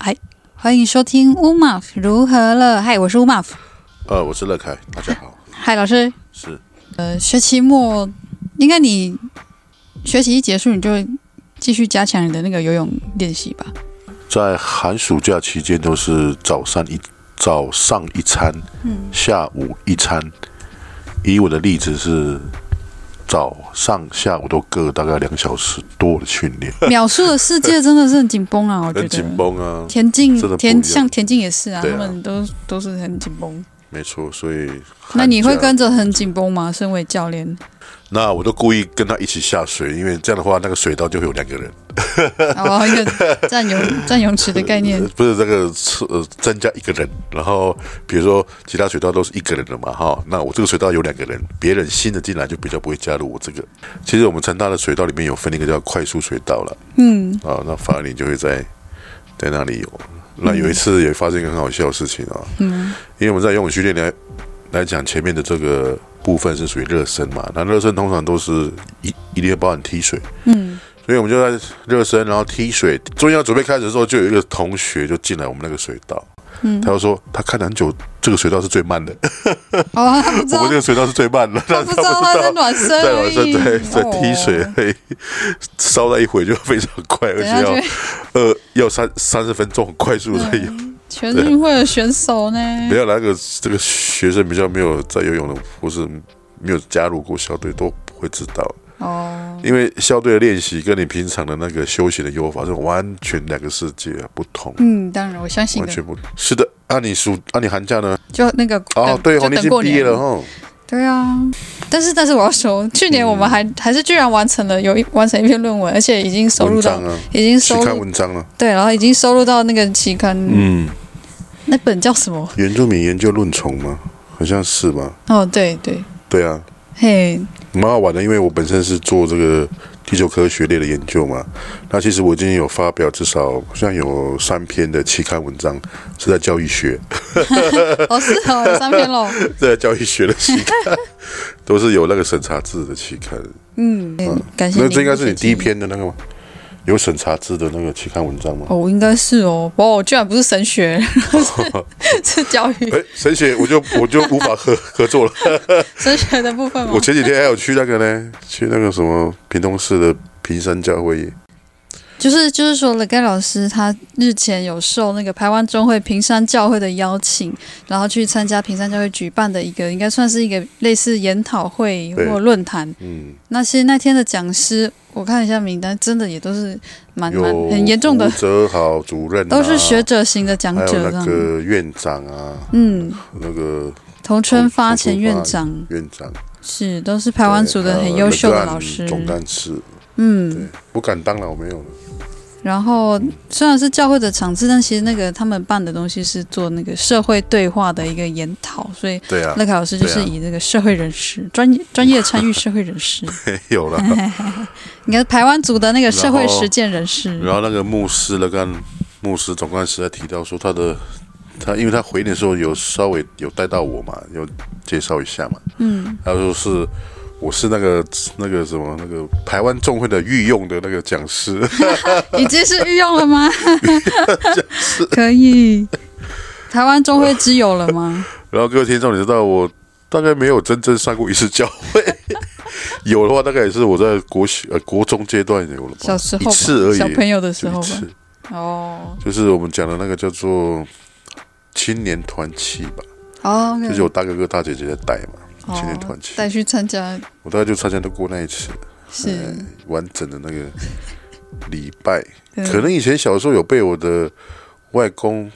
嗨，欢迎收听乌马夫如何了？嗨，我是乌马夫。呃，我是乐凯，大家好，嗨，老师。是呃，学期末应该你学期一结束，你就继续加强你的那个游泳练习 吧。在寒暑假期间都是早上一早上一餐，嗯，下午一餐。以我的例子是早上下午都各大概两小时多的训练，秒数的世界真的是很紧绷啊，我觉很紧得。绷啊，田径真的不一田样像田径也是啊，对啊他们都都是很紧绷。没错，所以那你会寒假跟着很紧绷吗？身为教 练，那我都故意跟他一起下水，因为这样的话那个水道就会有两个人，哦，一个占泳占泳池的概念呃，不是这个是呃增加一个人，然后比如说其他水道都是一个人的嘛哈，那我这个水道有两个人，别人新的进来就比较不会加入我这个。其实我们成大的水道里面有分一个叫快速水道了，嗯，啊，那法兰林就会在在那里有。那有一次也发生一个很好笑的事情啊，嗯，因为我们在游泳训练来来讲，前面的这个部分是属于热身嘛，那热身通常都是一一定要包含踢水，嗯，所以我们就在热身，然后踢水，终于要准备开始的时候，就有一个同学就进来我们那个水道，嗯，他就说他看了很久，这个水道是最慢的，哦，他不知 道我们这个水道是最慢的，他但不是知道他在暖身 在而晚上已，对在哦踢水，嘿，烧了一会就非常快，而哦等且下要就呃要三三十分钟很快速的在游，嗯全运会的选手呢，没有那个这个学生比较没有在游泳的，或是没有加入过校队都不会知道，哦，因为校队的练习跟你平常的那个休闲的游法是完全两个世界不同。嗯，当然我相信完的，全不是的，啊，你暑啊，你寒假呢？就那个哦等，对哦，就你已等经过毕年业了哈。对啊，但是但是我要说，去年我们还、嗯还是居然完成了有一完成一篇论文，而且已经收文录到章、啊，已经去收看录文章了。对，然后已经收录到那个期刊、嗯，那本叫什么？原住民研究论丛吗？好像是吧？哦，对对，对啊，嘿，蛮好玩的，因为我本身是做这个地球科学类的研究嘛。那其实我已经有发表至少好像有三篇的期刊文章，是在教育学，哦是哦， 有三篇喽，是在教育学的期刊， 都是有那个审查制的期刊。嗯，感谢那您。这应该是你第一。篇的那个吗？有审查制的那个期刊文章吗？哦，应该是哦，哇，我居然不是神学， 是是教育哎，神学我就我就无法合合作了。哦神学的部分吗我？前几天还有去那个呢，去那个什么屏东市的屏山教会，就是就是说，乐盖老师他日前有受那个台湾中会平山教会的邀请，然后去参加平山教会举办的一个，应该算是一个类似研讨会对或论坛。嗯，那其实那天的讲师，我看一下名单，真的也都是蛮有蛮很严重的吴，泽豪主任、啊，都是学者型的讲还有者啊这那样。个院长啊，嗯，那个童春发前院童春长院长，是都是台湾组的很优秀的老还师有那个。总干事，嗯，不敢当了，我没有了。然后虽然是教会的场次，但其实那个他们办的东西是做那个社会对话的一个研讨，所以对啊，乐凯老师就是对啊以这个社会人士、专业专业参与社会人 士，没 有了。你看台湾族的那个社会实践人士，然后那个牧师那个牧师总干事还提到说他的。他因为他回应的时候有稍微有带到我嘛，有介绍一下嘛，嗯，他说是我是那个那个什么那个台湾众会的御用的那个讲师， 已经是御用了 吗？可以。台湾中会之友了 吗？然后各位听众，你知道我大概没有真正上过一次教会， 有的话大概也是我在国小呃国中阶段有了吧，小时候吧一次而已，小朋友的时就候一吧。次，哦就是我们讲的那个叫做青年团契吧，哦，就是有大哥哥大姐姐在带嘛，哦青年团契，带去参加我大概就参加到过那一次，是哎完整的那个礼拜，嗯可能以前小时候有被我的外公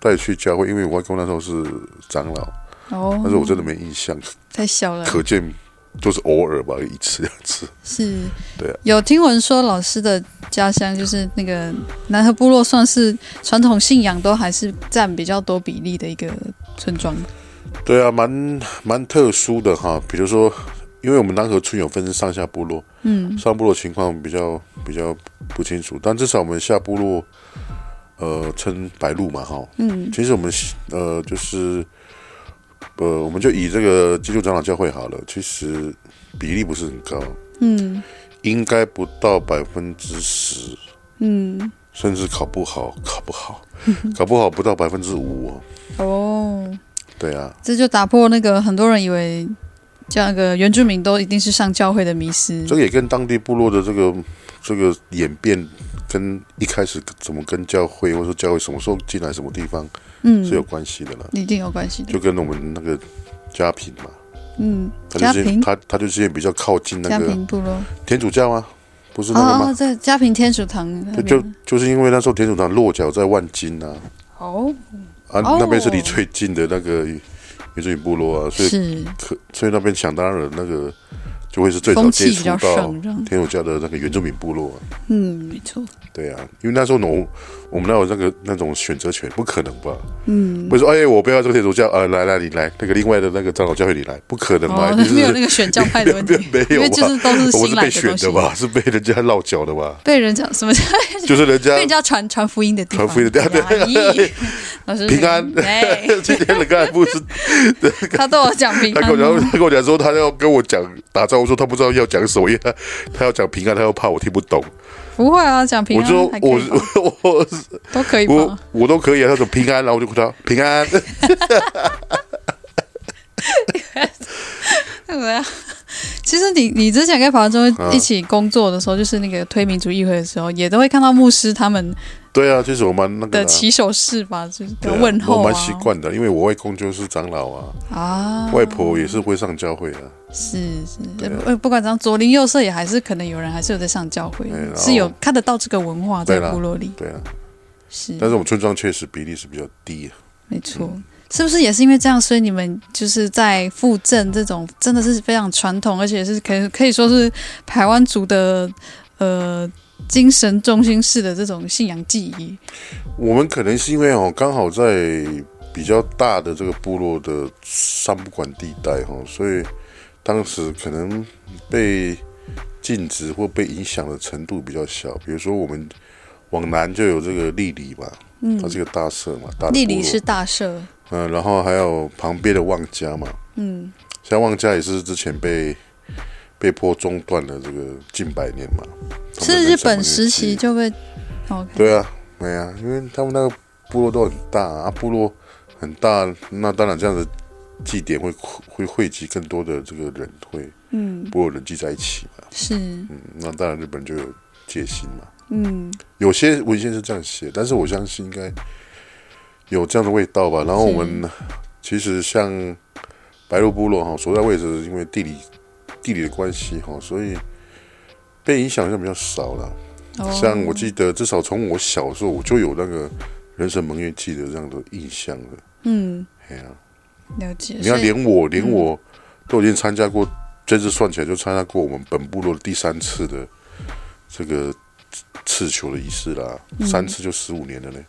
带去教会，因为我外公那时候是长老，哦，但是我真的没印象，太小了，可见都是偶尔吧，一次 两次。是，对啊有听闻说老师的家乡就是那个南河部落，算是传统信仰都还是占比较多比例的一个村庄。对啊，蛮蛮特殊的哈，比如说。因为我们南河村有分上下部落，嗯，上部落情况比较比较不清楚，但至少我们下部落，呃，称白鹿嘛哈，嗯其实我们呃就是呃，我们就以这个基督长老教会好了，其实比例不是很高，嗯应该不到百分之十，嗯，甚至考不好考不好，搞不好不到百分之五哦。哦，对啊，这就打破那个很多人以为这样一个原住民都一定是上教会的迷思。这个也跟当地部落的这个这个演变，跟一开始怎么跟教会，或者说教会什么时候进来什么地方嗯是有关系的啦。一定有关系的。就跟我们那个家贫嘛，嗯，他就家是贫他他就是比较靠近那家个贫部落天主教啊，不是那个哦哦，哦吗？在家贫天主堂那就就边。就是因为那时候天主堂落脚在万金啊，哦，啊、哦那边是离最近的那个原住民部落啊，所以是可所以那边想当然了，那个就会是最早风接气比触较到盛，这样。天主教的那个原住民部落、啊。嗯，没错。对啊，因为那时候我我们哪有那个那种选择权？不可能吧？嗯，不是说哎，我不要这个天主教，呃，来来你来，那个另外的那个长老教会你来，不可能嘛？哦就，没有是，那个选教派的问题没有因为就是都是我们新是来被的选东的西，吧？是被人家落脚的吧？被人讲什 么叫就是人家被人家传传福音的地方，啊传福音的地方哎呀 咦老师平安哎， 今天人家还不是他都有讲平他跟我安讲，吗，他跟我讲说，他要跟我讲打招呼，说他不知道要讲什么，因为他他要讲平安，他又怕我听不懂。 不会啊，讲平我安就说还可我以吧，我 我都可以我吧？我都可以啊。他说平安，然后我就跟他平安， 对呀。 其实你你之前跟法中一起工作的时候，就是那个推民族议会的时候，也都会看到牧师他们对啊，就是我蛮那个的啦起手式吧，就是对的啊问候我啊蛮习惯的，因为我外公就是长老啊，啊，外婆也是会上教会啊。是是，对啊呃不管怎样，左邻右舍也还是可能有人还是有在上教会对然，后是有看得到这个文化在对啦部落里，对啊，是，但是我们村庄确实比例是比较低、啊，没错。是不是也是因为这样，所以你们就是在附镇这种真的是非常传统，而且是可以可以说是台湾族的呃精神中心式的这种信仰记忆？我们可能是因为哦，刚好在比较大的这个部落的三不管地带哈、哦，所以当时可能被禁止或被影响的程度比较小。比如说我们往南就有这个丽里嘛，嗯它，是个大社嘛，大的地部理落是大社，嗯、然后还有旁边的望家嘛，嗯，像望家也是之前被被迫中断了这个近百年嘛，他们是人日生本不是时记期忆就被 OK，对啊，对啊，因为他们那个部落都很大啊，部落很大，那当然这样的祭典会会汇集更多的这个人，会嗯，部落人聚在一起嘛。是，嗯，那当然日本就有戒心嘛。嗯，有些文献是这样写，但是我相信应该有这样的味道吧。然后我们其实像白鹭部落哈，所在位置因为地理地理的关系哈，所以被影响就比较少了。哦像我记得，至少从我小时候我就有那个人神盟约记的这样的印象了。嗯，哎呀、了解，你看所以嗯连我连我都已经参加过，这次算起来就参加过我们本部落第三次的这个刺球的仪式啦，三次就十五年了呢。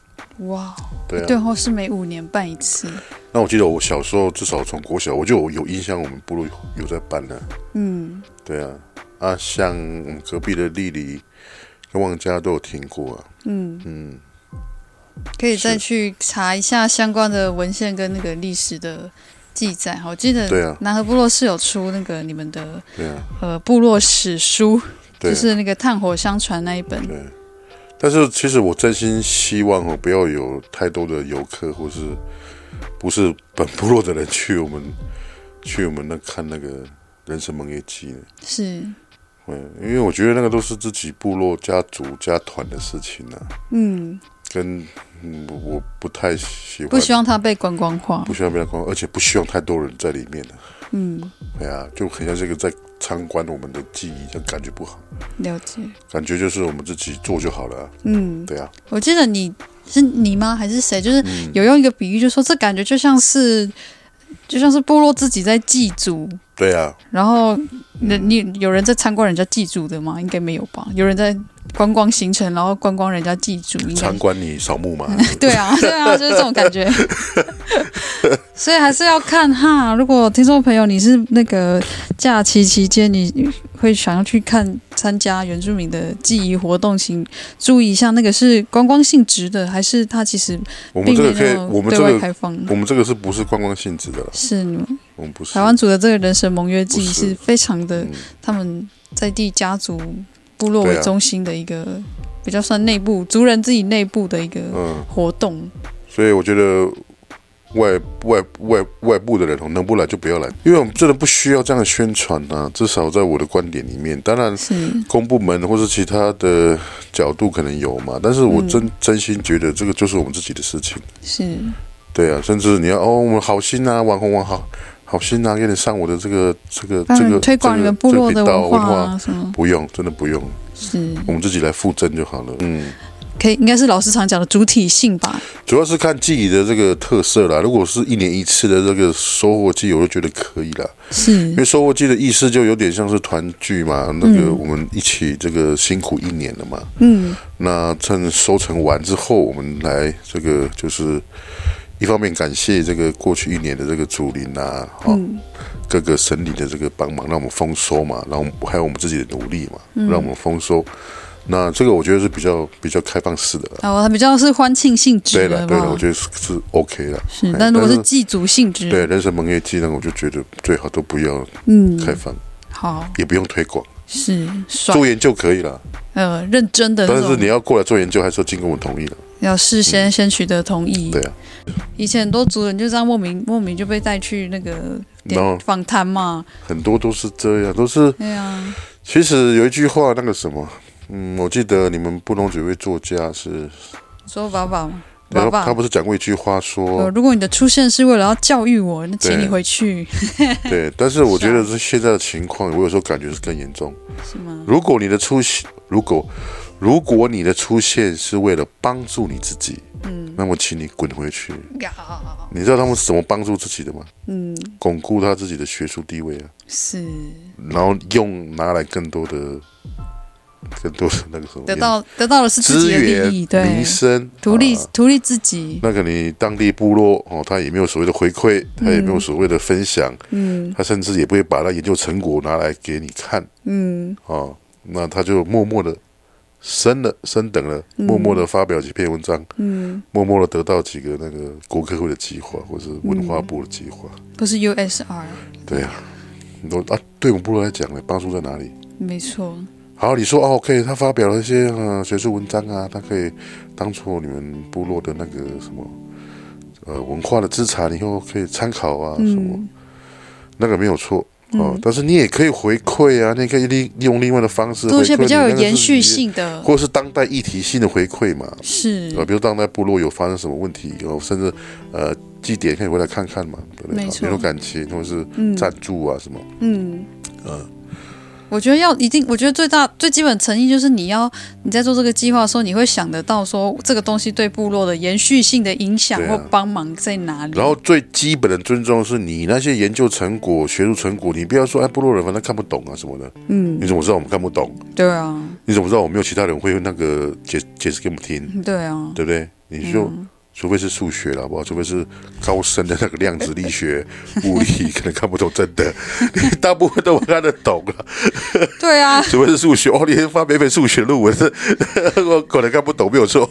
哇，对啊，嗯对后是每五年办一次，那我记得我小时候至少从国小我就有有印象，我们部落有有在办呢、嗯，对啊，啊，像我们隔壁的丽丽跟旺家都有听过啊。嗯，嗯，可以再是去查一下相关的文献跟那个历史的记载哈。我记得对啊南河部落是有出那个你们的对啊，呃部落史书，对就啊。是那个炭火相传那一本。对，但是其实我真心希望哦，不要有太多的游客或是不是本部落的人去我们去我们那看那个人生盟约记呢。是，嗯，因为我觉得那个都是自己部落、家族、家团的事情呢、啊，嗯，跟嗯我我不太喜欢，不希望它被观光化不。希望被他光，而且不希望太多人在里面呢、嗯，哎呀、就很像这个在参观我们的记忆，这样感觉不好，了解。感觉就是我们自己做就好了啊、嗯，对啊，我记得你是你吗？还是谁？就是嗯，有用一个比喻，就说这感觉就像是。就像是部落自己在祭祖，对啊，然后那你有人在参观人家祭祖的吗？应该没有吧？有人在观光行程，然后观光人家祭祖，应该参观你扫墓嘛， 对啊，对啊，就是这种感觉。 所以还是要看哈。如果听众朋友你是那个假期期间，你会想要去看参加原住民的记忆活动，请注意一下，那个是观光性质的，还是它其实我们并这没个可以，我有们对这外个开放？我们这个是不是观光性质的了？是你们我们不是台湾族的这个人神盟约记不是是非常的嗯，他们在地家族部落对啊为中心的一个、比较算内部族人自己内部的一个嗯活动。所以我觉得外外外外部的人哦能不来就不要来，因为我们真的不需要这样的宣传啊。至少在我的观点里面，当然是公部门或是其他的角度可能有嘛，但是我真、嗯真心觉得这个就是我们自己的事情。是，对啊，甚至你要哦，我们好心啊，网红网好好心啊，给你上我的这个这个帮这你个推广这你个们部落的这个频道文文化啊什么，不用，真的不用，是我们自己来附赠就好了。嗯，可以，应该是老师常讲的主体性 吧？主要是看季己的这个特色啦。如果是一年一次的这个收获季，我就觉得可以啦。是因为收获季的意思就有点像是团聚嘛，那个我们一起这个辛苦一年了嘛，嗯，那趁收成完之后，我们来这个就是一方面感谢这个过去一年的这个竹林啊，哈、各个省里的这个帮忙，让我们丰收嘛，然后还有我们自己的努力嘛，让我们丰收。那这个我觉得是比较比较开放式的啦。哦，它比较是欢庆性对质了，的对了，我吧？觉得是是 OK 了。是哎，但如果但是是祭祖性质，对，人生盟业技能，我就觉得最好都不要嗯，开放，好，也不用推广，是爽，做研究可以了。呃，认真的但那是嗯你种，要过来做研究，还是要经过我同意的。要事先先取得同意。对啊，以前很多族人就这样莫名莫名就被带去那个点然后访谈嘛，很多都是这样，都是对啊，其实有一句话，那个什么，嗯，我记得你们布隆有位作家是，说爸爸嘛，然爸后他爸。不是讲过一句话呃，说，如果你的出现是为了要教育我，那请对你回去，对，但是我觉得是现在的情况，我有时候感觉是更严重。是吗？如果你的出现，如果如果你的出现是为了帮助你自己，嗯，那么请你滚回去。呀你知道他们是怎么帮助自己的吗？嗯，巩固他自己的学术地位啊，是然后用拿来更多的、更多的那个什么得到得到的是自资己的源、利益，对民，生、图利啊图利自己，那个你当地部落哦，他也没有所谓的回馈，他也没有所谓的分享，嗯他甚至也不会把他研究成果拿来给你看嗯，哦，那他就默默的升了升等了，默默的发表几篇文章，嗯，默默的得到几个那个国科会的计划或是文化部的计划，不是 USR，对啊，你说啊，对我们部落来讲呢，帮助在哪里？没错，好，你说哦，OK，他发表了一些呃学术文章啊，他可以当做你们部落的那个什么呃文化的资产，以后可以参考啊，什么、嗯那个没有错哦、但是你也可以回馈啊，你也可以利利用另外的方式嗯做一些回馈比较有你那个是延续，性的，或是当代议题性的回馈嘛，是呃，比如当代部落有发生什么问题，然后甚至呃祭典可以回来看看嘛，对不对？没错联络感情或者是嗯赞助啊什么，嗯呃我觉得要一定，我觉得最大最基本诚意就是你要你在做这个计划的时候，你会想得到说这个东西对部落的延续性的影响对啊或帮忙在哪里。然后最基本的尊重是你那些研究成果、学术成果，你不要说哎，部落人反正看不懂啊什么的。嗯，你怎么知道我们看不懂？对啊，你怎么知道我没有其他人会那个解解释给我们听？对啊，对不对？你就、除非是数学了，好不好？除非是高深的那个量子力学、物理，可能看不懂真的。 你大部分都看得懂了，对 啊，除非是数学。哦，你发每本数学论文，我可能看不懂，没有错。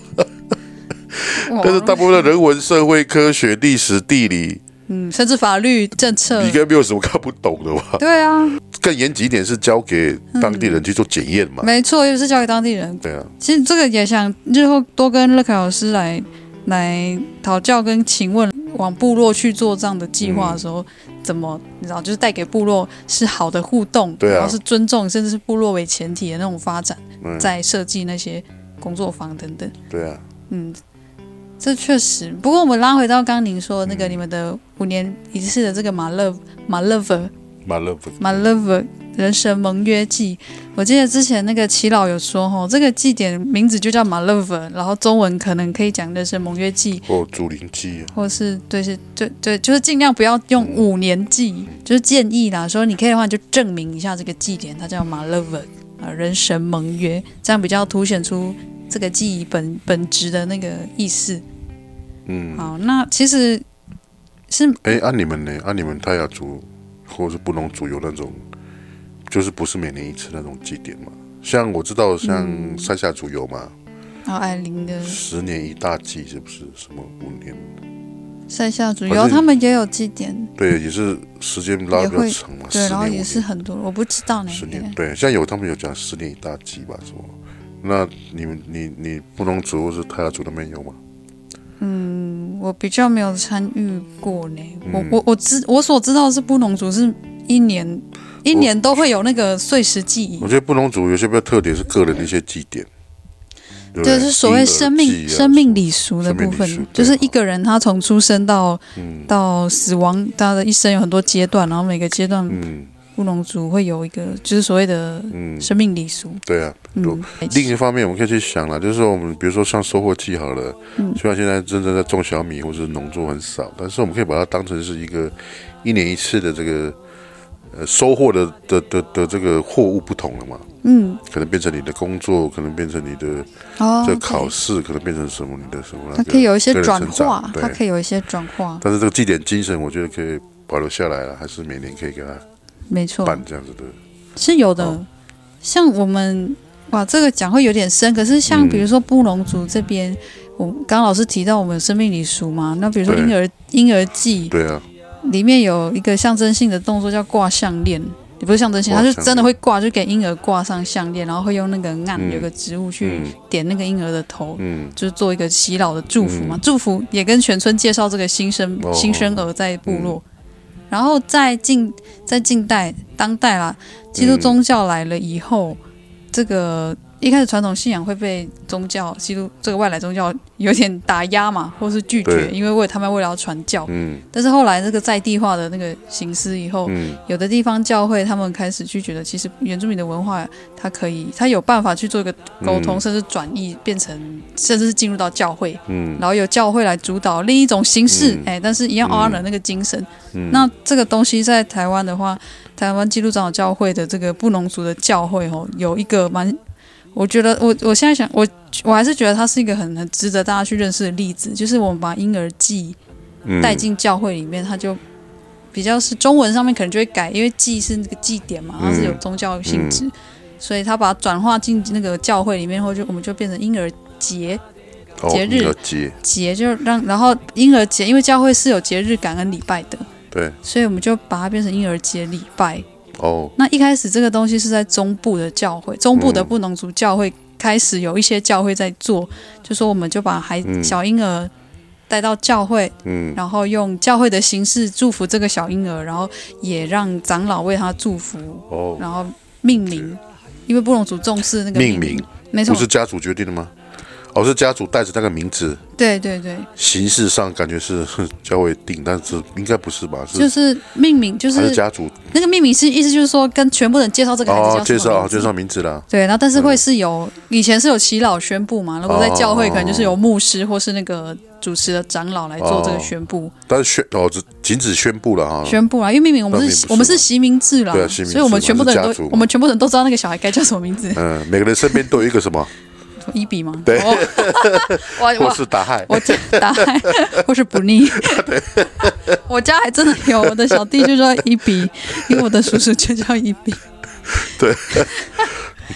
哇但是大部分的人文、社会科学、历史、地理，嗯，甚至法律政策你，应该没有什么看不懂的吧？对啊，更严谨一点是交给当地人去做检验嘛。没错，又是交给当地人。对啊，其实这个也想日后多跟乐凯老师来来讨教跟请问，往部落去做这样的计划的时候，嗯怎么你知道，就是带给部落是好的互动，对啊然后是尊重，甚至是部落为前提的那种发展，嗯，在设计那些工作坊等等。对啊，嗯，这确实。不过我们拉回到刚刚您说的那嗯个、你们的五年一次的这个马勒马勒文。马勒不 My Lover 人神盟约祭，我记得之前那个齐老有说吼，这个祭典名字就叫 My Lover，然后中文可能可以讲人神盟约祭，或竹林记啊，或是对是对对，就是尽量不要用五年祭，就是建议啦，说你可以的话你就证明一下这个祭典，它叫 My Lover 啊人神盟约，这样比较凸显出这个记忆本本质的那个意思。嗯，好，那其实是哎，按、你们呢？按、你们泰雅族或者是布农族有那种，就是不是每年一次那种祭典嘛？像我知道，像嗯塞夏族有嘛，哦艾琳的十年一大祭，是不是？什么五年？塞夏族，反有正他们也有祭典。对，也是时间拉也得比较会长嘛，十对，然后年也五是年，很多，我不知道呢。十年。对对，像有他们有讲十年一大祭吧，什么？那你们你你布农族或是泰雅族那边有吗？我比较没有参与过呢。我嗯我我知我所知道是布农族是一年一年都会有那个碎石记忆我，觉得布农族有些比较特点是个人的一些祭典，对不对就是所谓生婴儿命、祭啊生命礼俗的部生命礼俗分，就是对一个人他从出生到、嗯到死亡，他的一生有很多阶段，然后每个阶段嗯布农族会有一个就是所谓的嗯，生命礼俗。对啊。嗯，另一方面，我们可以去想了，就是说我们比如说像收获季好了，嗯虽然现在真正在种小米或者是农作很少，但是我们可以把它当成是一个一年一次的这个呃收获的的的的这个货物不同了嘛，嗯可能变成你的工作，可能变成你的哦，这对个考试，可能变成什么你的什么那它个，可以有一些个人转成长化，对它可以有一些转化，但是这个祭典精神，我觉得可以保留下来了，还是每年可以给它没错，办这样子的。嗯是有的。哦像我们哇，这个讲会有点深，可是像嗯比如说布农族这边，我刚刚老师提到我们有生命礼俗嘛，那比如说对婴儿婴儿祭对啊，里面有一个象征性的动作叫挂项链。也不是象征性，挂它项就链真的会挂，就给婴儿挂上项链，然后会用那个按、嗯有个植物去嗯点那个婴儿的头，嗯，就是做一个洗脑的祝福嘛，嗯祝福也跟全村介绍这个新生、哦嗯新生儿在部落，然后在近在近代当代啦，基督宗教来了以后，这个一开始传统信仰会被宗教基督这个外来宗教有点打压嘛，或是拒绝，对因为为他们为了要传教，嗯但是后来这个在地化的那个形式以后，嗯有的地方教会他们开始拒绝了，其实原住民的文化，它可以，它有办法去做一个沟通，嗯甚至转译变成，甚至是进入到教会，嗯然后由教会来主导另一种形式，嗯哎、但是一样嗯 honor 那个精神。嗯，那这个东西在台湾的话，台湾基督长老教会的这个布农族的教会哦，有一个蛮，我觉得我我现在想，我我还是觉得它是一个很很值得大家去认识的例子，就是我们把婴儿祭，嗯带进教会里面，它就比较是中文上面可能就会改，因为祭是那个祭典嘛，它嗯是有宗教性质，所以它把它转化进那个教会里面，后就我们就变成婴儿节哦节日要节，节，就让然后婴儿节，因为教会是有节日感恩礼拜的，对，所以我们就把它变成婴儿节礼拜。哦，那一开始这个东西是在中部的教会，中部的嗯布农族教会开始有一些教会在做，就说我们就把孩嗯小婴儿带到教会，嗯然后用教会的形式祝福这个小婴儿，然后也让长老为他祝福，哦，然后命名，因为布隆族重视那个命名名，没错不，是家族决定的吗？哦，是家族带着那个名字，对对对，形式上感觉是 教会定，但是应该不是吧？是就是命名，就还是是家族那个命名是意思就是说跟全部人介绍这个孩哦，子介叫什么绍名字介绍嗯名字啦，对，然后但是会是有、以前是有祈老宣布嘛，如果在教会可能就是由牧师或是那个主持的长老来做这个宣布、但是宣哦，只仅只宣布了哈，宣布啊啦，因为命名我们哦那并是不是我们是席名制啦，对啊席名制所以我们嘛全部的是人家都族嘛我们全部人都知道那个小孩该叫什么名字。嗯，每个人身边都有一 个什么，一比吗？对 哦我或我是打嗨，我打嗨，或是不 腻。 我家还真的有，我的小弟就叫一比，因为我的叔叔就叫一比。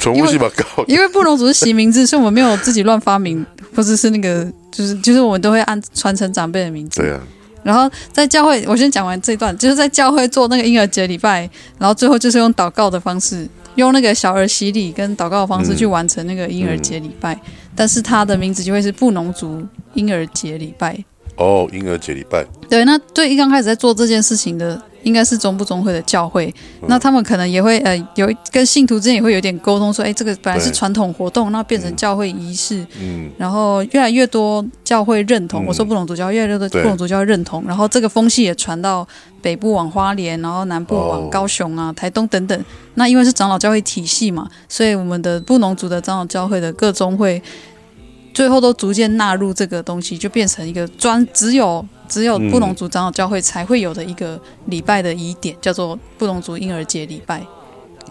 宠物性蛮高的，因为布隆族是习名字，所以我们没有自己乱发明，或者是那个，就是就是我们都会按传承长辈的名字。对啊，然后在教会，我先讲完这一段，就是在教会做那个婴儿节礼拜，然后最后就是用祷告的方式，用那个小儿洗礼跟祷告的方式嗯去完成那个婴儿节礼拜，但是它的名字就会是布农族婴儿节礼拜。哦，婴儿节礼拜，对，那最一刚开始在做这件事情的，应该是中部中会的教会，那他们可能也会呃有跟信徒之间也会有点沟通，说，哎，这个本来是对传统活动，那变成教会仪式，嗯然后越来越多教会认同，嗯我说布隆族教会越来越多对布隆族教会认同，然后这个风气也传到北部往花莲，然后南部哦往高雄啊、台东等等。那因为是长老教会体系嘛，所以我们的布农族的长老教会的各宗会，最后都逐渐纳入这个东西，就变成一个专只有只有嗯布农族长老教会才会有的一个礼拜的仪典，叫做布农族婴儿节礼拜。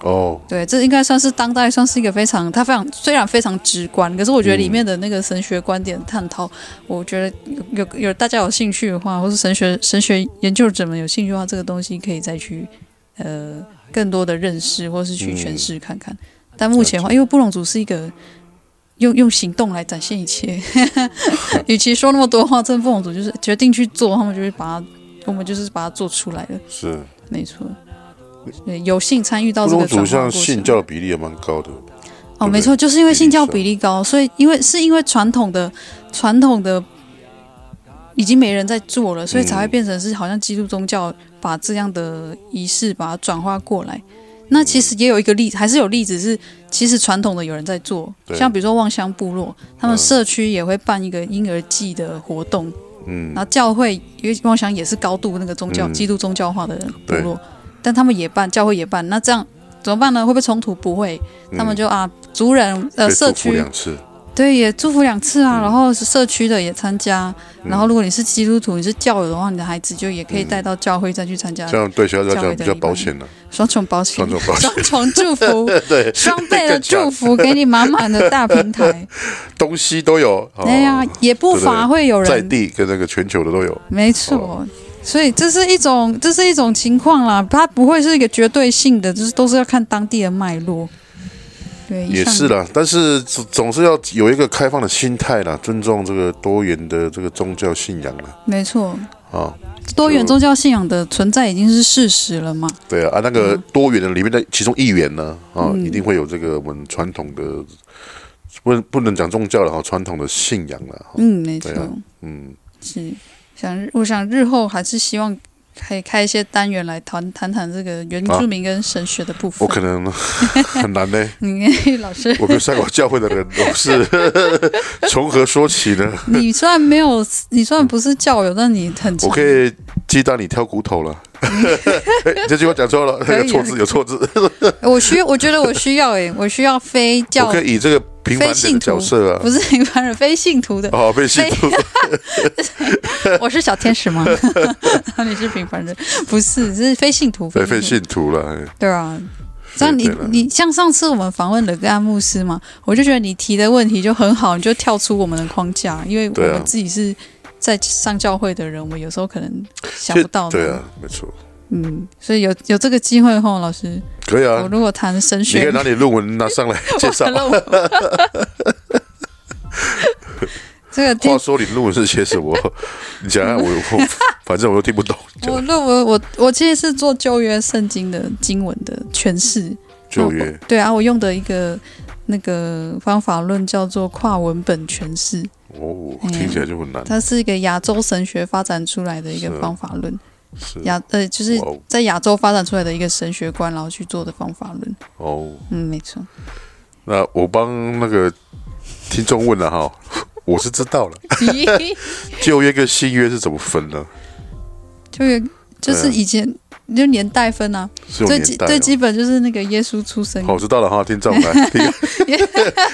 哦，对，这应该算是当代算是一个非常，它非常虽然非常直观，可是我觉得嗯里面的那个神学观点探讨，我觉得有有有大家有兴趣的话，或是神学神学研究者们有兴趣的话，这个东西可以再去呃更多的认识，或是去嗯诠释看看。但目前的话，因为布隆族是一个用用行动来展现一切， 与其说那么多话，这布隆族就是决定去做，他们就是把它，我们就是把它做出来了，是，没错。对，有幸参与到布这隆个族转化像过程信。教的比例也蛮高的，对哦，不没对错，就是因为比例性教少比例高，所以因为是因为传统的传统的已经没人在做了，所以才会变成是好像基督宗教把这样的仪式把它转化过来。嗯那其实也有一个例子，还是有例子是，其实传统的有人在做，对像比如说望乡部落，他嗯们社区也会办一个婴儿祭的活动，嗯然后教会因为望乡也是高度那个宗教、嗯基督宗教化的部落，但他们也办，教会也办，那这样怎么办呢？会不会冲突？不会，他们就啊，族人呃嗯被社祝福区两次，对也祝福两次啊，嗯然后社区的也参加，然后如果你是基督徒，你是教友的话，你的孩子就也可以带到教会再去参加这样对小孩来教讲会比的较礼保拜险了，双重保险嗯双。重保险。双重祝福， 对，双倍的祝福给你满满的大平台。东西都有。 哦哎呀，也不乏会有在人，地跟那个全球的都有。没哦错。所以这是一种，这是一种情况啦，它不会是一个绝对性的，就是都是要看当地的脉络。对，以也上是啦，但是总总是要有一个开放的心态啦，尊重这个多元的这个宗教信仰啦。没错。啊，多元宗教信仰的存在已经是事实了嘛？对啊，啊那个嗯多元的里面的其中一员呢，啊，一定会有这个我们传统的，不能不能讲宗教了哈，传统的信仰了哈，嗯，没错对，啊嗯，是想我想日后还是希望可以开一些单元来谈谈谈这个原住民跟神学的部分。我可能 很难呢， 你看老师，我跟三宝教会的人，我 是从何说起呢？你虽然没有，你虽然不是教友，但你很我可以鸡蛋里挑骨 头了。这句话讲错了，可以啊有错字，有错字。我需我觉得我需要诶、我需要非教我可以以这个平凡非人的信角徒色啊不，是 平凡人，非信徒的。哦，被信徒， 我是小天使吗？你是平凡人，不是，是非信徒。对，非被信徒信徒了。哎对啊，这样你对了你像上次我们访问了个安牧师嘛，我就觉得你提的问题就很好，你就跳出我们的框架，因为对啊我们自己是在上教会的人，我们有时候可能想就不到的。对啊，没错，嗯，所以有有这个机会后，老师，可以我啊。如果谈神你可学以，拿你论文拿上来介绍。完了 我 这个话听说你论文是写什么？你讲啊，我我反正我都听不懂。我就论哦文，我我其实是做旧约圣经的经文的诠释。就业对啊，我用的一个那个方法论叫做跨文本诠释，哦，嗯听起来就很难。它是一个亚洲神学发展出来的一个是方法论，是亚呃就是哇哦在亚洲发展出来的一个神学观，然后去做的方法论。哦，嗯，没错。 那我帮那个听众问了哈， 我是知道了，咦旧约跟新约是怎么分呢？就有就是以前就年代分啊，是有最啊年基代最哦。基本就是那个耶稣出生好，我知道了哈，听众 来， 听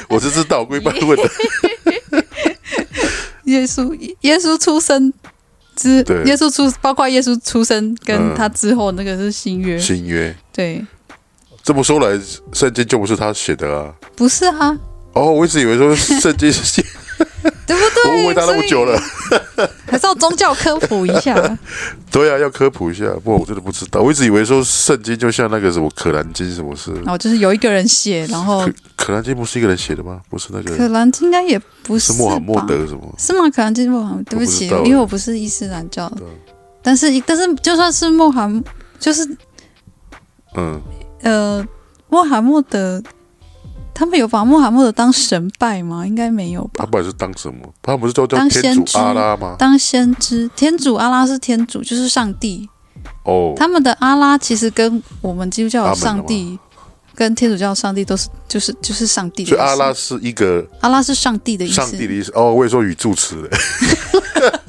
我是知道，我故意乱问的。耶稣耶稣出生之对耶稣出，包括耶稣出生嗯跟他之后那个是新约，新约对，这么说来，圣经就不是他写的啊。不是啊，哦，我一直以为说 圣经是写，对不我对？误会他那么久了。所以还是要宗教科普一 下。对啊，要科普一下，不然我真的不知道。我一直以为说圣经就像那个什么《可兰经》什么事，然后就是有一个人写，然后可《可兰经》不是一个人写的吗？不是那哦可个兰经应该也不是是穆罕默吧德什么？是吗？可兰经穆罕默德，对我不起，知道因为我不是伊斯兰教的对啊，但是但是就算是穆罕，就是嗯，呃穆罕默德，他们有把穆罕默德当神拜吗？应该没有吧他。不管是当什么，他不是都叫当天先主知阿拉吗？当先知，天主阿拉是天主，就是上帝。哦，他们的阿拉其实跟我们基督教阿的门的上帝，跟天主教的上帝都是就是就是上帝的意思。所以阿拉是一个阿拉是上帝的意思。上帝的意思。哦，我也说语助词 嘞。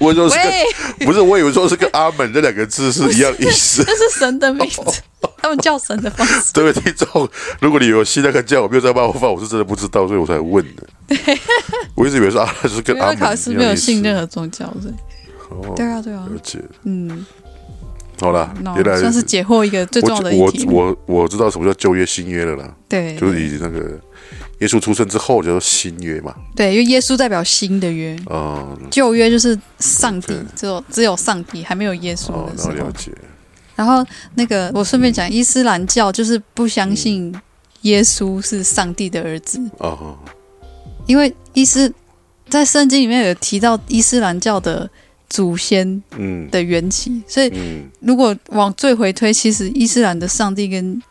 我说是个喂，不是，我以为说是跟阿门这两个字是一样意 思。这是神的名 字，他们叫神的方式。这位听众，如果你有信那个教，我没有在骂我犯，我是真的不知道，所以我才问的。我一直以为是阿拉就是跟因阿为门考试一没样有意思信。任何宗教的。哦对啊，对啊了，解。嗯，好啦，那原来算是解惑一个最重要的一我题。我我我知道什么叫旧约新约了啦，对就是以那个耶稣出生之后叫做新约嘛。对，因为耶稣代表新的约，嗯，旧约就是上帝 OK，只有只有上帝，还没有耶稣哦，的然时后候了。解。然后那个，我顺便讲，伊斯兰教就是不相信耶稣是上帝的儿子，哦，因为伊斯在圣经里面有提到伊斯兰教的祖先嗯的缘起，所以嗯，如果往最回推，其实伊斯兰的上帝跟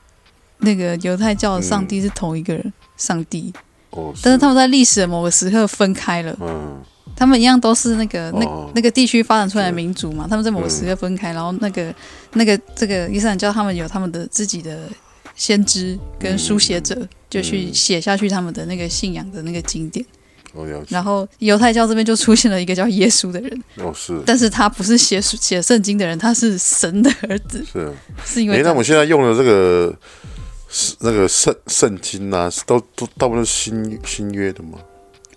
那个犹太教的上帝是同一个人。上帝，哦，但是他们在历史的某个时刻分开了，嗯，他们一样都是那个那哦那个地区发展出来的民族嘛，他们在某个时刻分开，然后那个那个这个伊斯兰教他们有他们的自己的先知跟书写者，就去写下去他们的那个信仰的那个经典。我哦了解。然后犹太教这边就出现了一个叫耶稣的人，哦，是但是他不是写书写圣经的人，他是神的儿子，是。是因为诶，这那样我们现在用的这个是那个圣圣经啊，都都大部分都是新新约的嘛，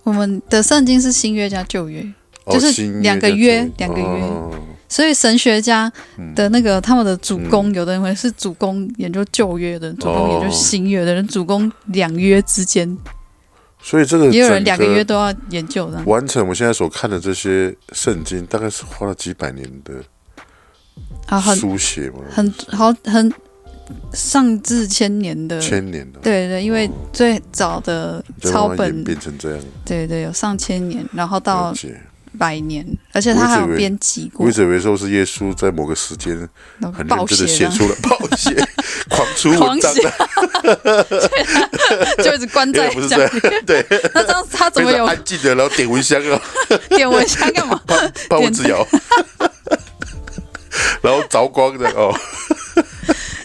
我们的圣经是新约加旧约，哦就是新约两个这约种两个约哦嗯所以神学家的那个他们的主攻，有的人会是主攻研究旧约，有的人主攻研究新约，有的人主攻两约之间，所以这个也有整人两个月都要研究的。完成我们现在所看的这些圣经，大概是花了几百年的啊，很书写嘛，很好很上至千年的，千年的，对对，因为最早的再抄慢慢本演，变成这样。对对，有上千年，然后了到解。百年，而且他还我一直以有为编辑过我一，直以为说是耶稣在某个时间然后很认暴真的写写的，出了 暴 写，狂出狂文章写的，， 就一直关原 在来不是家这里样。，对，那这样 他怎非么常有安静的，然后点蚊香 啊，点蚊香干 嘛？帮蚊子咬， 然后着光的哦，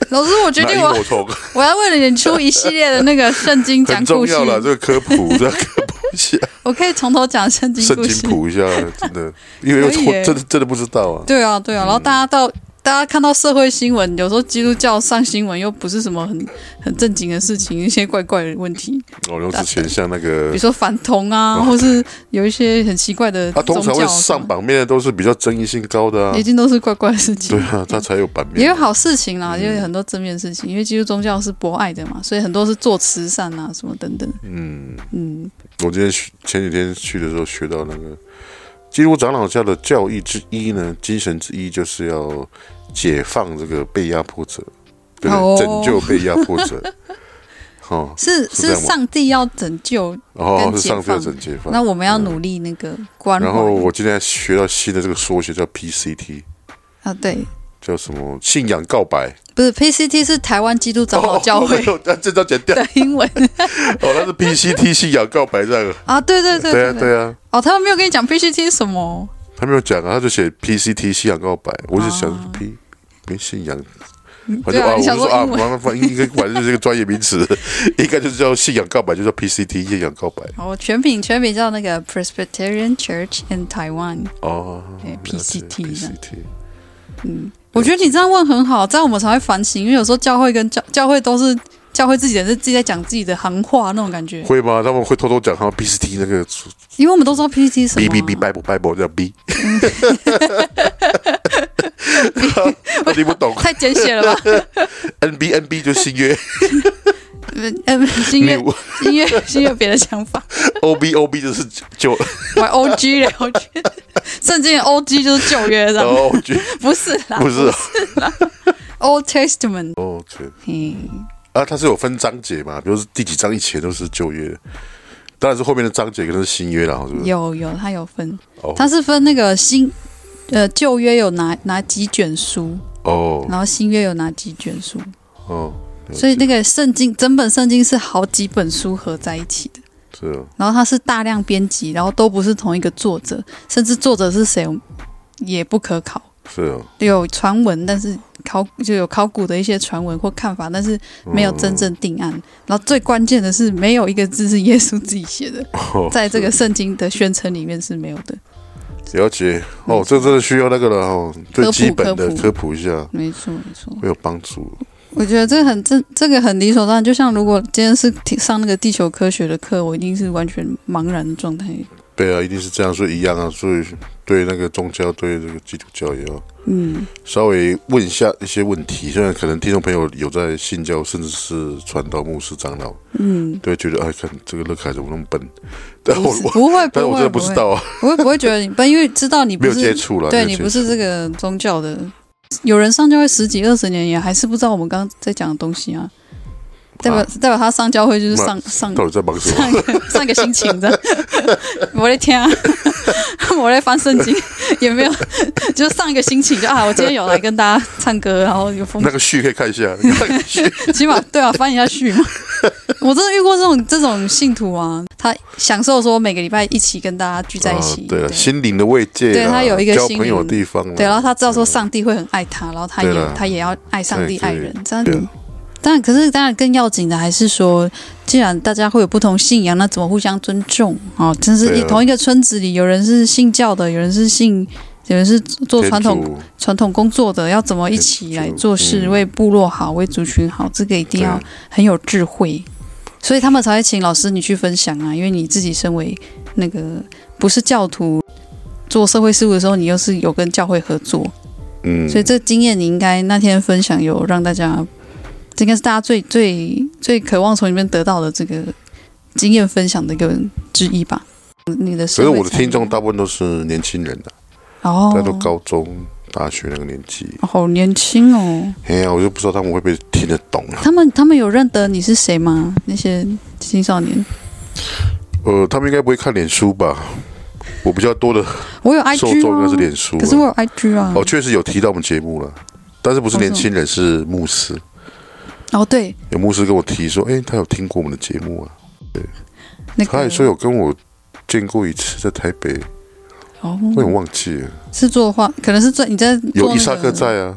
老师，我决拿定萤我火虫，我要为了演出一系列的那个圣经讲很故重事，要了，这个科普，这个科普 一下，我可以从头讲圣经圣故事经。谱一下，真的，因为可以我耶真的真的不知道啊，对啊，对啊。然后大家到大家看到社会新闻，有时候基督教上新闻又不是什么很很正经的事情，一些怪怪的问题，我哦用之前像那比个如。说反同啊，哦或是有一些很奇怪的他、宗啊通常教会什么上榜面的都是比较争议性高的啊的，，一定都是怪怪的事情对。嗯啊，他才有版面。也有好事情啦，也有很多正面事情，因为基督宗教是博爱的嘛，所以很多是做慈善啊什么等等。嗯，嗯，我今天学前几天去的时候学到那个基督长老教的教义之一呢，精神之一就是要解放这个被压迫者，对，哦拯救被压迫者。 哦，是是这是样吗上帝要拯救然后跟是解上帝的放拯解放。那我们要努力那个关然后怀我今天还学到新的这个缩写叫 PCT，啊，对，叫什么信仰告白。不是 PCT 是台湾基督长老教会哦 没有那这张剪掉。的英文哦，那是 PCT 信仰告白这样。啊，对对对对啊，对对，对啊。哦，他们没有跟你讲 PCT 是什么，他没有讲啊，他就写 PCT 信仰告白，啊我就想 P 没信仰，反哦对正啊啊，我你就想说说啊，英文反正反正应该反正就是一个专业名词， 应该就是叫信仰告白，就叫 PCT 信仰告白哦，全品全品叫那个 Presbyterian Church in Taiwan，哦对了解 PCT 这样 PCT 嗯，我觉得你这样问很好，这样我们才会反省，因为有时候教会跟教教会都是教会自己人是自己在讲自己的行话那种感觉，会吗？他们会偷偷讲啊他们 PCT 那个因为我们都知道 PCT 什么 B 啊、 B B Bible Bible 叫 B，我听不懂太简写了 吧？ N B N B 就新约嗯嗯，新月，New 新月新月别的想法。 O B O B 就是九我 O G 嘞，我觉得圣经 O G 就是旧约的，哦，我觉得不是啦，不是 啊 Old Testament。哦，对嗯，啊，它是有分章节嘛，比如是第几章以前都是旧约，当然是后面的章节可能是新约了，是不是？有有，它有分哦，它是分那个新呃旧约有哪哪几卷书，哦然后新约有哪几卷书，哦，了所以解那个圣经整本圣经是好几本书合在一起的。是哦然后它是大量编辑，然后都不是同一个作者，甚至作者是谁也不可考。是哦，有传闻，但是考就有考古的一些传闻或看法，但是没有真正定案。然后最关键的是，没有一个字是耶稣自己写的，哦在这个圣经的宣称里面是没有的。 了解哦，这真的需要那个了哦，最基本的嗯科普科普一下没错，没错。会有帮助。我觉得这很这这个很理所当然。就像如果今天是上那个地球科学的课，我一定是完全茫然的状态。对啊，一定是这样，所以一样啊，所以对那个宗教，对这个基督教也要嗯，稍微问一下一些问题。虽然可能听众朋友有在信教，甚至是传道、牧师、长老，嗯，都会觉得哎，看这个乐凯怎么那么笨，但 我我不会不但会，我真的不知，道啊，不会不会觉得你笨，因为知道你不 没有是接触了，对没你有接不是触这个宗教的，有人上教会十几二十年，也还是不知道我们刚刚在讲的东西啊。代表、啊代表他上教会就是那上上到底在忙什么？ 上个上个心情 的，我在听啊， 我在翻圣经，也没有，就是上一个心情就啊，我今天有来跟大家唱歌，然后有风那，个序可以看一下，那个序 起码对啊，翻一下序嘛。我真的遇过这种这种信徒啊，他他享受说每个礼拜一起跟大家聚 在一起。啊对了，心灵的慰藉啦，啊对他有一个交心朋友的灵地方啦，啊对，然后他知道说上帝会很爱他，然后他对也啦他也要爱上帝对爱人，这样对。当然，可是当然更要紧的还是说，既然大家会有不同信仰，那怎么互相尊重哦，真是一对啊同一个村子里，有人是信教的，有人是信，有人是做天传统主传统工作的，要怎么一起来做事，嗯为部落好，为族群好，这个一定要很有智慧，所以他们才会请老师你去分享啊，因为你自己身为那个不是教徒，做社会事务的时候，你又是有跟教会合作，嗯，所以这个经验你应该那天分享有让大家，这应该是大家最最最渴望从里面得到的这个经验分享的一个之一吧。你的所社以会我的参与听众大部分都是年轻人的，哦大家都高中、大学那个年纪。好年轻哦。哎呀，我就不知道他们会不会听得懂啊。他们他们有认得你是谁吗？那些青少年，呃，他们应该不会看脸书吧？我比较多的我有受 IG 众应该是啊，脸书啊、可是我有哦 IG 啊。哦，确实有提到我们节目了，但是不是年轻人，是牧师。哦，对，有牧师跟我提说，哎，他有听过我们的节目啊，那个他也说有跟我见过一次，在台北，哦，我有点忘记了，是做画，可能是做你在做有那伊萨克个。在啊，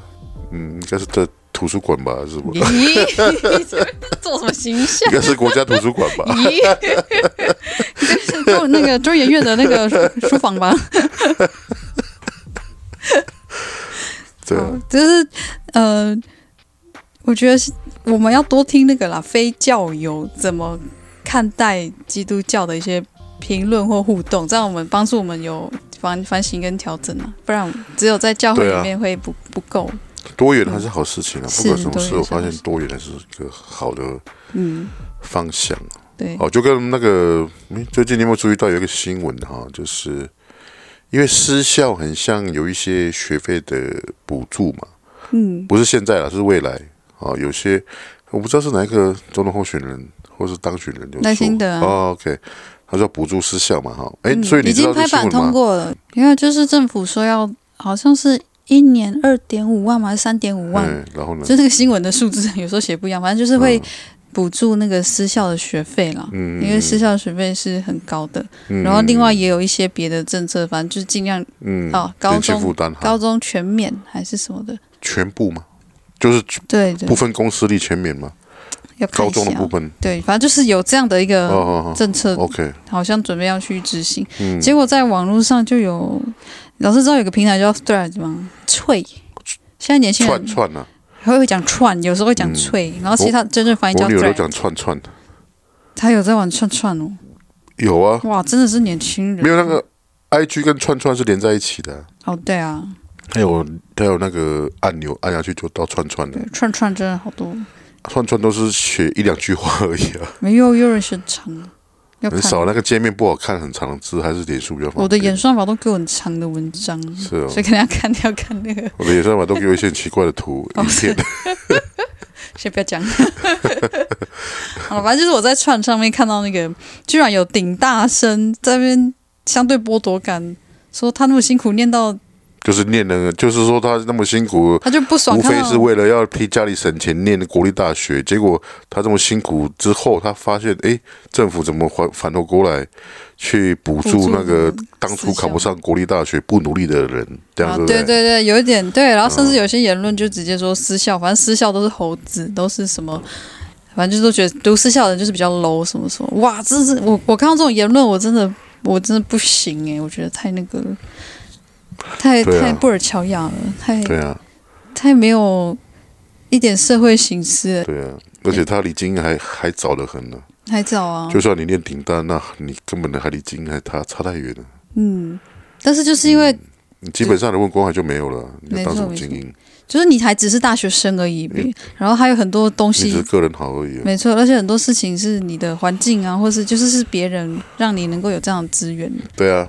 嗯，应该是在图书馆吧，是不？应咦， 做什么形象？该是国家图书馆 吧？咦，就是做那个周研院的那 个书书房吧？对啊，哦就是呃，我觉得是我们要多听那个啦，非教友怎么看待基督教的一些评论或互动，这样我们帮助我们有反反省跟调整啊，不然只有在教会对啊里面会不、不够。多元还是好事情啊，不管是什么多事，元我发现是多元还是一个好的嗯，方向。对，哦，就跟那个，嗯最近你有没有注意到有一个新闻哈、就是因为私校很像有一些学费的补助嘛，嗯，不是现在了，是未来啊、有些我不知道是哪一个总统候选人或是当选人有赖说清德啊哦，OK，他说补助私校嘛哈，哎、所以嗯已你知经道拍这新板闻通吗？过了，因为就是政府说要好像是一年二点五万嘛，还是三点五万？嗯，然后呢？就这个新闻的数字有时候写不一样，反正就是会补助那个私校的学费啦，嗯因为私校的学费是很高的。嗯然后另外也有一些别的政策，反正就是尽量嗯，哦高减轻中负担哈高中全免还是什么的。全部嘛，就是对对部，分公私立全免嘛，要看高一中的下部。分。对，反正就是有这样的一哦呃个哦哦政策， ，OK，好像准备要去执行。嗯，结果在网络上就有，老师知道有个平台叫 Thread 吗？脆。现在年轻串人串啊，会会讲串，有时候会讲嗯脆，然后其实他真正翻译叫我女儿都 Thread。讲串串的，他有在玩串串哦。有啊，哇，真的是年轻人。没有那个 IG 跟串串是连在一起的啊、哦，对啊，还有还有那个按钮按下去就到串串的对，串串真的好多，串串都是写一两句话而已啊，没有有人嫌长，要很看少那个界面不好看，很长的字还是脸书比较方便。我的演算法都给我很长的文章，是哦所，以可能要看要看那个，我的演算法都给我一些很奇怪的图哦影 片，先不要讲。好了，反正就是我在串上面看到那个，居然有顶大生在那边相对剥夺感，说他那么辛苦念到，就是念那个，就是说他那么辛苦。他就不爽无看啊非到是为了要替家里省钱念国立大学，结果他这么辛苦之后，他发现哎，诶政府怎么反反头过来去补补助助那个私校当初考不上国立大学不努力的人，这样啊，对不对对对，有一点对，然后甚至有些言论就直接说私校，反正私校都是猴子，都是什么，反正就是都觉得读私校的人就是比较 low 什么什么，哇，这是我我看到这种言论，我真的我真的不行欸诶、我觉得太那个了，太、对啊太布尔乔亚了，太对啊，太没有一点社会形式了，对啊，而且他离精英还还早得很呢、还早啊，就算你练顶单，那你根本的还离精英还差差太远了。嗯，但是就是因嗯为你基本上你问光海就没有了，你就没当什错么没错精英？就是你还只是大学生而已，然后还有很多东嗯你只西是个人好而已、啊。没错，而且很多事情是你的环境啊，或是就是是别人让你能够有这样的资源。对啊，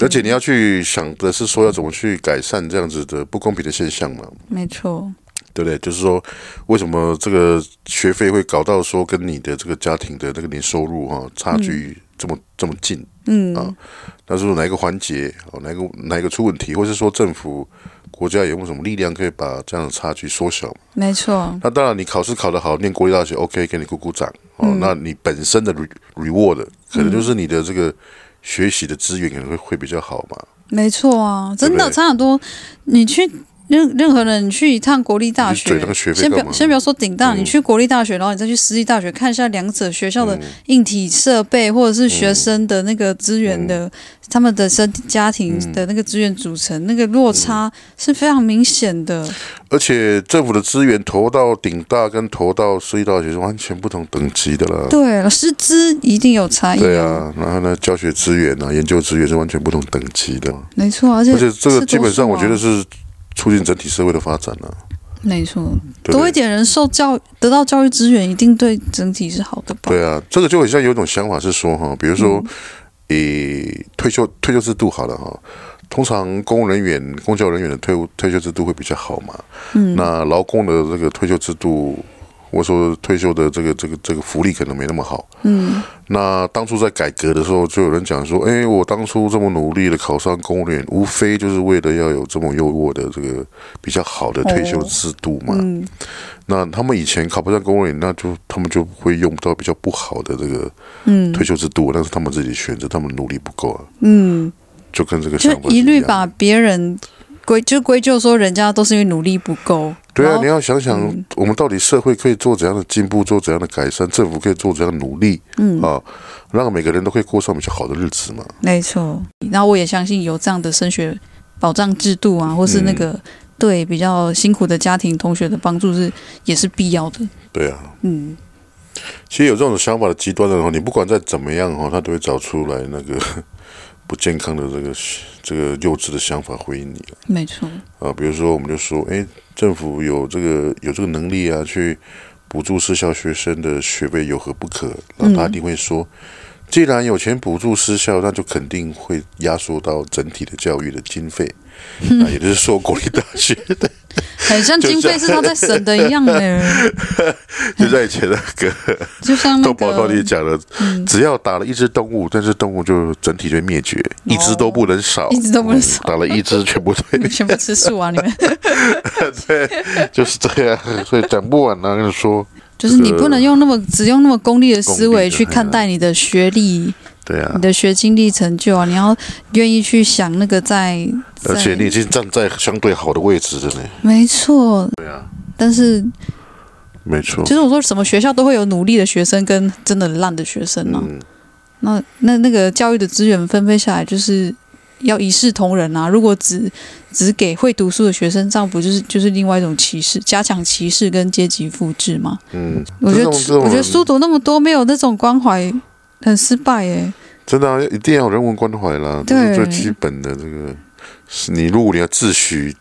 而且你要去想的是说要怎么去改善这样子的不公平的现象嘛，没错，对不对？就是说为什么这个学费会搞到说跟你的这个家庭的那个年收入哈、差距这么、这么近嗯，啊那是不是哪一个环节哦，哪一个哪一个出问题，或是说政府国家有没有什么力量可以把这样的差距缩小？没错，那当然，你考试考得好，念国立大学，OK，给你鼓鼓掌哦。嗯那你本身的 re reward 可能就是你的这个学习的资源可能会会比较好嘛。没错啊，真对不的对差很多。你去任任何人，你去一趟国立大你嘴学那个，学费先不干嘛要？先不要说顶大，嗯你去国立大学，然后你再去私立大学看一下两者学校的嗯硬体设备，或者是学生的那个资源嗯的，他们的身家庭的那个资源组成，那个嗯落差是非常明显的。而且政府的资源投到顶大跟投到私立大学是完全不同等级的啦。对，师资一定有差异。对，啊，然后呢，教学资源啊，研究资源是完全不同等级的。没错，而且而且这个是基本多数啊上我觉得是促进整体社会的发展啊。没错，对不多对一点人受教得到教育资源，一定对整体是好的吧？对啊，这个就很像有一种想法是说哈，比如说，诶、退休退休制度好了哈，通常公务人员、公教人员的退伍退休制度会比较好嘛。嗯，那劳工的这个退休制度，或者说退休的这个这个这个福利可能没那么好。嗯，那当初在改革的时候，就有人讲说，诶，我当初这么努力的考上公务员，无非就是为了要有这么优渥的这个比较好的退休哦制度嘛。嗯，那他们以前考不上公务员，那就他们就会用到比较不好的这个嗯退休制度，那是他们自己选择，他们努力不够啊，嗯，就跟这个就想法是一律样的把别人归就归咎说人家都是因为努力不够。对然啊，后嗯你要想想，我们到底社会可以做怎样的进步，做怎样的改善，政府可以做怎样的努力，嗯啊，让每个人都可以过上比较好的日子嘛。没错，然后我也相信有这样的升学保障制度嗯啊，或是那个对比较辛苦的家庭同学的帮助是也是必要的。对啊，嗯，其实有这种想法的极端的话，你不管再怎么样哈，他都会找出来那个 不健康的这个这个幼稚的想法回应你。没错，啊，比如说我们就说，哎，政府有这个有这个能力啊，去补助私校学生的学费有何不可？那他一定会说，嗯既然有钱补助私校，那就肯定会压缩到整体的教育的经费。嗯那也就是说，国立大 学很像经费是他在省的一样呢、 就在以前那个就像那动保个嗯法里讲的， 只要打了一只动物，但是动物就整体就灭绝，一只都不能少，哦一只都不能少嗯打了一只全部你对，们全部吃素啊，你们 就是这样，所以讲不完呢、啊跟你说，就是你不能用那么只用那么功利的思维去看待你的学历、对啊你，的学经历成就啊，你要愿意去想那个在，而且在你已经站在相对好的位置了呢。没错，对啊，但是没错其。实我说什么学校都会有努力的学生跟真的烂的学生呢、啊，嗯，那那那个教育的资源分配下来就是。要一视同仁啊！如果只只给会读书的学生，这样不就是就是另外一种歧视，加强歧视跟阶级复制吗？嗯，我觉得这种这种我觉得人书读那么多，没有那种关怀，很失败耶。真的、啊、一定要有人文关怀啦，这对是最基本的这个。是你如果你要自诩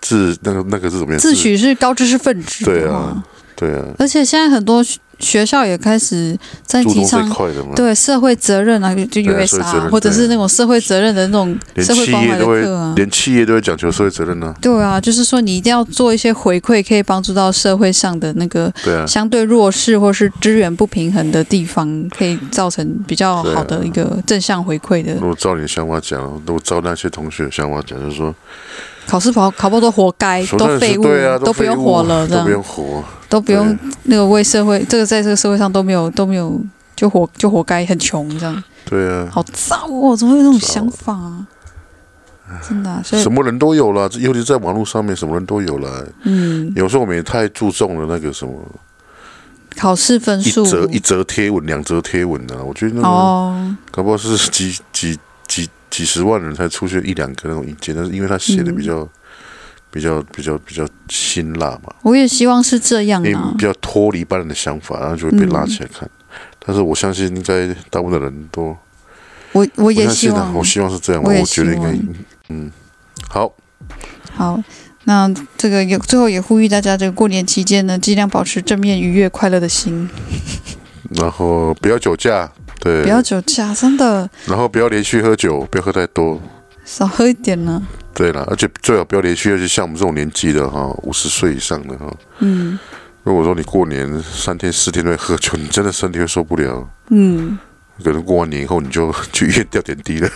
自那个那个是怎么样？自诩是高知识分子，对啊，对啊，而且现在很多学学校也开始在注提重这一倡。块的嘛。对社会责任啊，就对啊社会责 USR 任或者是对那种社会责任的那种连社会企关怀业的都会课啊，，连企业都会讲求社会责任呢、对啊，就是说你一定要做一些回馈，可以帮助到社会上的那个对啊，相对弱势或是资源不平衡的地方，可以造成比较对啊好的一个正向回馈的如。果照你的想法讲，如果照那些同学的想法讲，就是说，考试考考不好都活该，哎说都那是废物，对啊，都不废用物活了，这都样不用活，啊都不用那个为社会，这个在这个社会上都没有都没有，就活就活该，很穷这样，对啊，好糟哦！怎么会有这种糟想法啊？真的啊、所以什么人都有了，尤其在网络上面，什么人都有了。嗯，有时候我们也太注重了那个什么考试分一数则一则贴文、两则贴文啊，我觉得那个、哦，搞不好是几几几几十万人才出现一两个那种意见，但是因为他写嗯的比较、比较比较比较辛辣嘛，我也希望是这样因为啊比。较脱离一般人的想法，然后就会被嗯拉起来看。但是我相信应该大部分的人都，我我我也相希信啊望，我希望是这样，我也我觉得应希该，嗯，好，好。那这个也最后也呼吁大家，这个过年期间呢，尽量保持正面、愉悦、快乐的心，然后不要酒驾，对，不要酒驾，真的然后不要连续喝酒，不要喝太多。少喝一点呢。对了，而且最好不要连续，而且像我们这种年纪的哈，五十岁以上的哈，嗯如果说你过年三天四天都在喝酒，你真的身体会受不了。 嗯，可能过完年以后你就 去医院吊点滴了，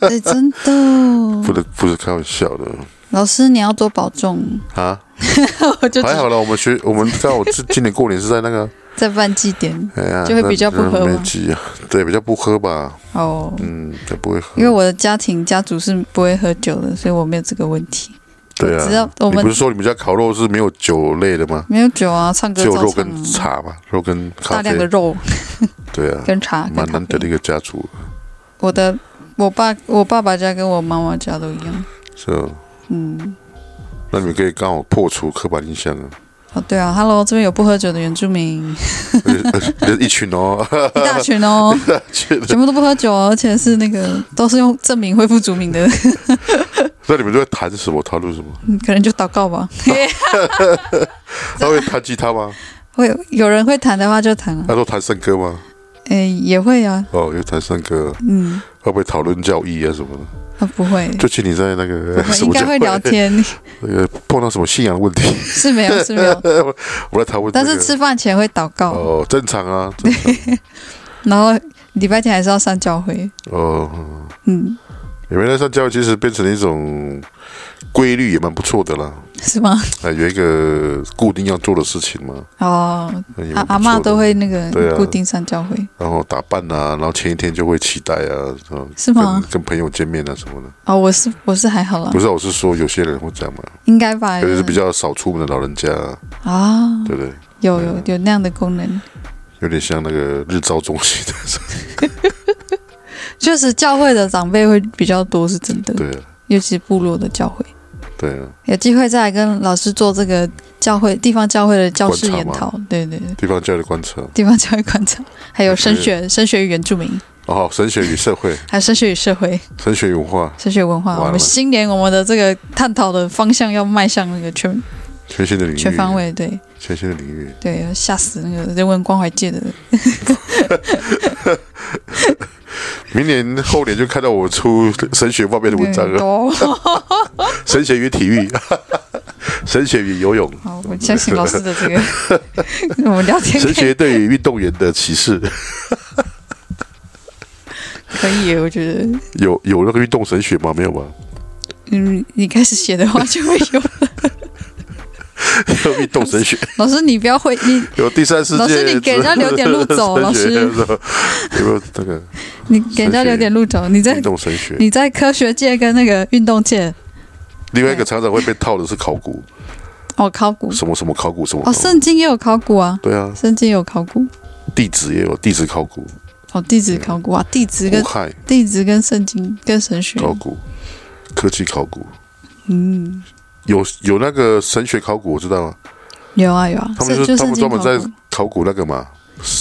哎、真的，哦不能不是开玩笑的老师你要多保重。啊。 我就还只好了，我们学我们刚好是今年过年是在那个，在办祭典哎呀， 就会比较不喝吗没挤啊，对，比较不喝吧，哦，嗯，就不会喝，因为我的家庭家族是不会喝酒的，所以我没有这个问题。对啊，只要我你们不是说你们家烤肉是没有酒类的吗？没有酒啊，唱歌只有照肉唱跟啊，茶嘛，肉跟咖大量的啡，肉对啊，跟茶，跟蛮咖难得啡的一个家族，我的我爸我爸爸家跟我妈妈家都一样。是吧。嗯，那你们可以刚好破除刻板印象啊，哦对啊，Hello，这边有不喝酒的原住 民，而且而且而且一 群哦，一大群哦，去全部都不喝酒哦，而且是那个都是用证明恢复族名的， 那你们都在谈什么？讨论什么？嗯可能就祷告吧。他会弹吉他吗？会有有人会弹的话就弹啊，他说弹圣歌吗？诶也会啊，哦，又弹圣歌，嗯，会不会讨论教义啊什么的？啊不会，就请你在 那我 个们什应么该教会会聊天，那个碰到什么信仰问 题，是没有是没有，我来谈问这但个。是吃饭前会祷告，哦，正常啊，正常然后礼拜天还是要上教会，哦，嗯，有没有上教会其实变成一种规律，也蛮不错的啦。是 吗？啊，有一个固定要做的事情嘛，哦，也阿蛮不阿妈错的都，会那个对啊固定上教会，然后打扮啊，然后前一天就会期待啊，嗯是吗跟？跟朋友见面啊什么的。哦，我是我是还好啦不，是啊，我是说有些人会这样嘛，应该吧，尤其是比较较少出门的老人家，啊，对不对？啊有有有那样的功能，有点像那个日照中心的，确实教会的长辈会比较多，是真的，对啊，尤其部落的教会，对啊，有机会再来跟老师做这个教会地方教会的教室观察研吗讨，对对对，地方教育观察，地方教会观察，还有也可以升学升学与原住民，哦，神学与社会，还有升学与社会。神学与文化，哲学文化，完了我们新年我们的这个探讨的方向要迈向那个全全新的领域，全方，位，对全新的领域，对，吓死那个人文关怀界的。明年后年就看到我出神学方面的文章对了，多 神学与体育， 神学与游泳，好，我相信老师的这个， 我们聊天神可以学对于运动员的歧视，可以耶，我觉得，有有那个运动神学吗？没有吧？嗯，你开始写的话就会有。 有运动神学，老师，你不要会，你有第三世界，老师你给人家留点路走 神学老师有没有这个你给人家留点路走，你在运动神学？你在科学界跟那个运动界，另外一个常常会被套的是考古，哦，考古，什么什么考古，什么哦，考古圣经也有考古啊，对啊，圣经也有考古，地质也有地质考古，哦，地质考古啊，地质古跟嗯亥地质跟圣经跟神学，考古、科技考古，嗯。有有那个神学考古，我知道啊，有啊有啊，他们是就就是是他们专门进口在过考古那个嘛，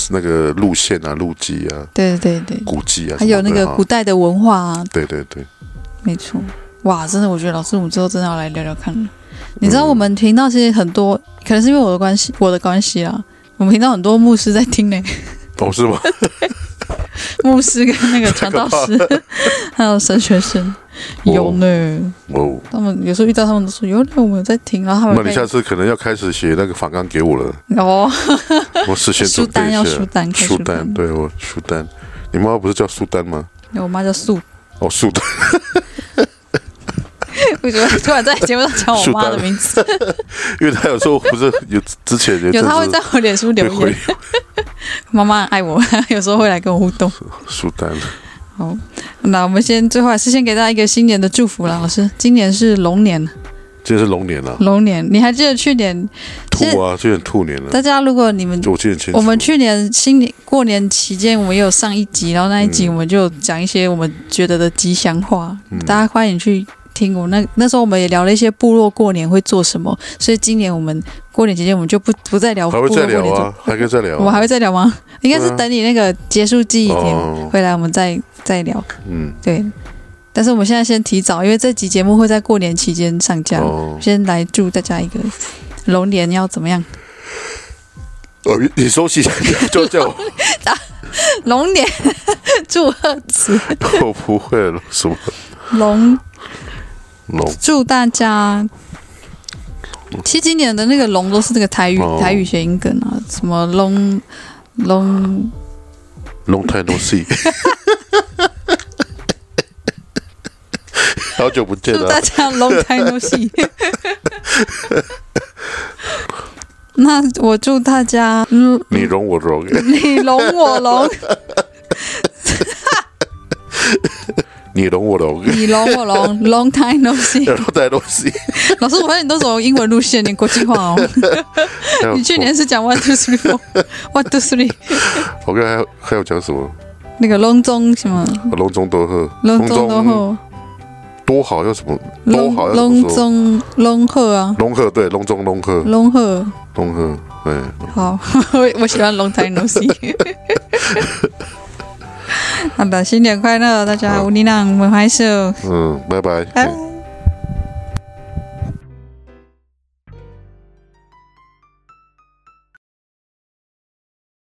那个路线啊、路基啊、对对对对，古迹啊，还有那个什么的啊古，代的文化啊，对对对，没错。哇，真的，我觉得老师，我们之后真的要来聊聊嗯看。你知道我们频道其实很多，可能是因为我的关系，我的关系啦，我们频道很多牧师在听 呢，哦是吗？牧师跟那个传道师，还有神学生，有呢。哦，他们有时候遇到他们都说有呢，我们有在听，然后他那们你会下次可能要开始写那个反纲给 我了，哦，我事 先书准备单要一书下。单，开书单，，对我书单，你妈妈不是叫书单吗？我妈叫素，哦，书单， 为什么突然在节目上讲我苏妈的丹名字？因为她有时候不是有之前有有一阵她会子在我脸书留会言回，妈妈爱我， 有时候会来跟我互动。书单，那我们先最后还是先给大家一个新年的祝福啦，老师。今年是龙年，今天是龙年了、啊龙年，你还记得去年？其实兔啊，今年兔年了。大家如果你们就我记得很清楚，我们去年新年过年期间，我们也有上一集，然后那一集嗯我们就讲一些我们觉得的吉祥话，嗯大家欢迎去听。我那那时候我们也聊了一些部落过年会做什么，所以今年我们过年期间我们就不不再聊部还落会过再年聊做啊，还可以再聊、啊。我们还会再聊吗？应该是对啊等你那个结束记忆点哦回来，我们再再聊。嗯对，但是我们现在先提早，因为这集节目会在过年期间上架，哦先来祝大家一个龙年要怎么样？哦，你你收起就叫 我，龙年 祝贺词，我不会了，什么龙龙祝大家。其实今年的那个龙哦都是那个台语、哦台语谐音梗啊，什么龙龙 Long time no see，好久不见啊祝大了。家 long time no see。那我祝大家，嗯，你容我容，你龙我龙，你容我容你龙 我龙，long time no see。 ，Long time no see。老师，我发现你都走英文路线，你国际化 哦。你去年是讲 one two three four，one two three， 我刚才还有还有讲什么？那个隆中什么，隆中多贺，隆中都后，多好要什么？多隆好要怎么隆说？中隆贺啊，龙鹤对，隆中龙鹤，隆贺。龙鹤对，好， 我我喜欢 long time no see。好的，新年快乐，大家！好五力浪，我们拍手。嗯，拜拜。拜嗯拜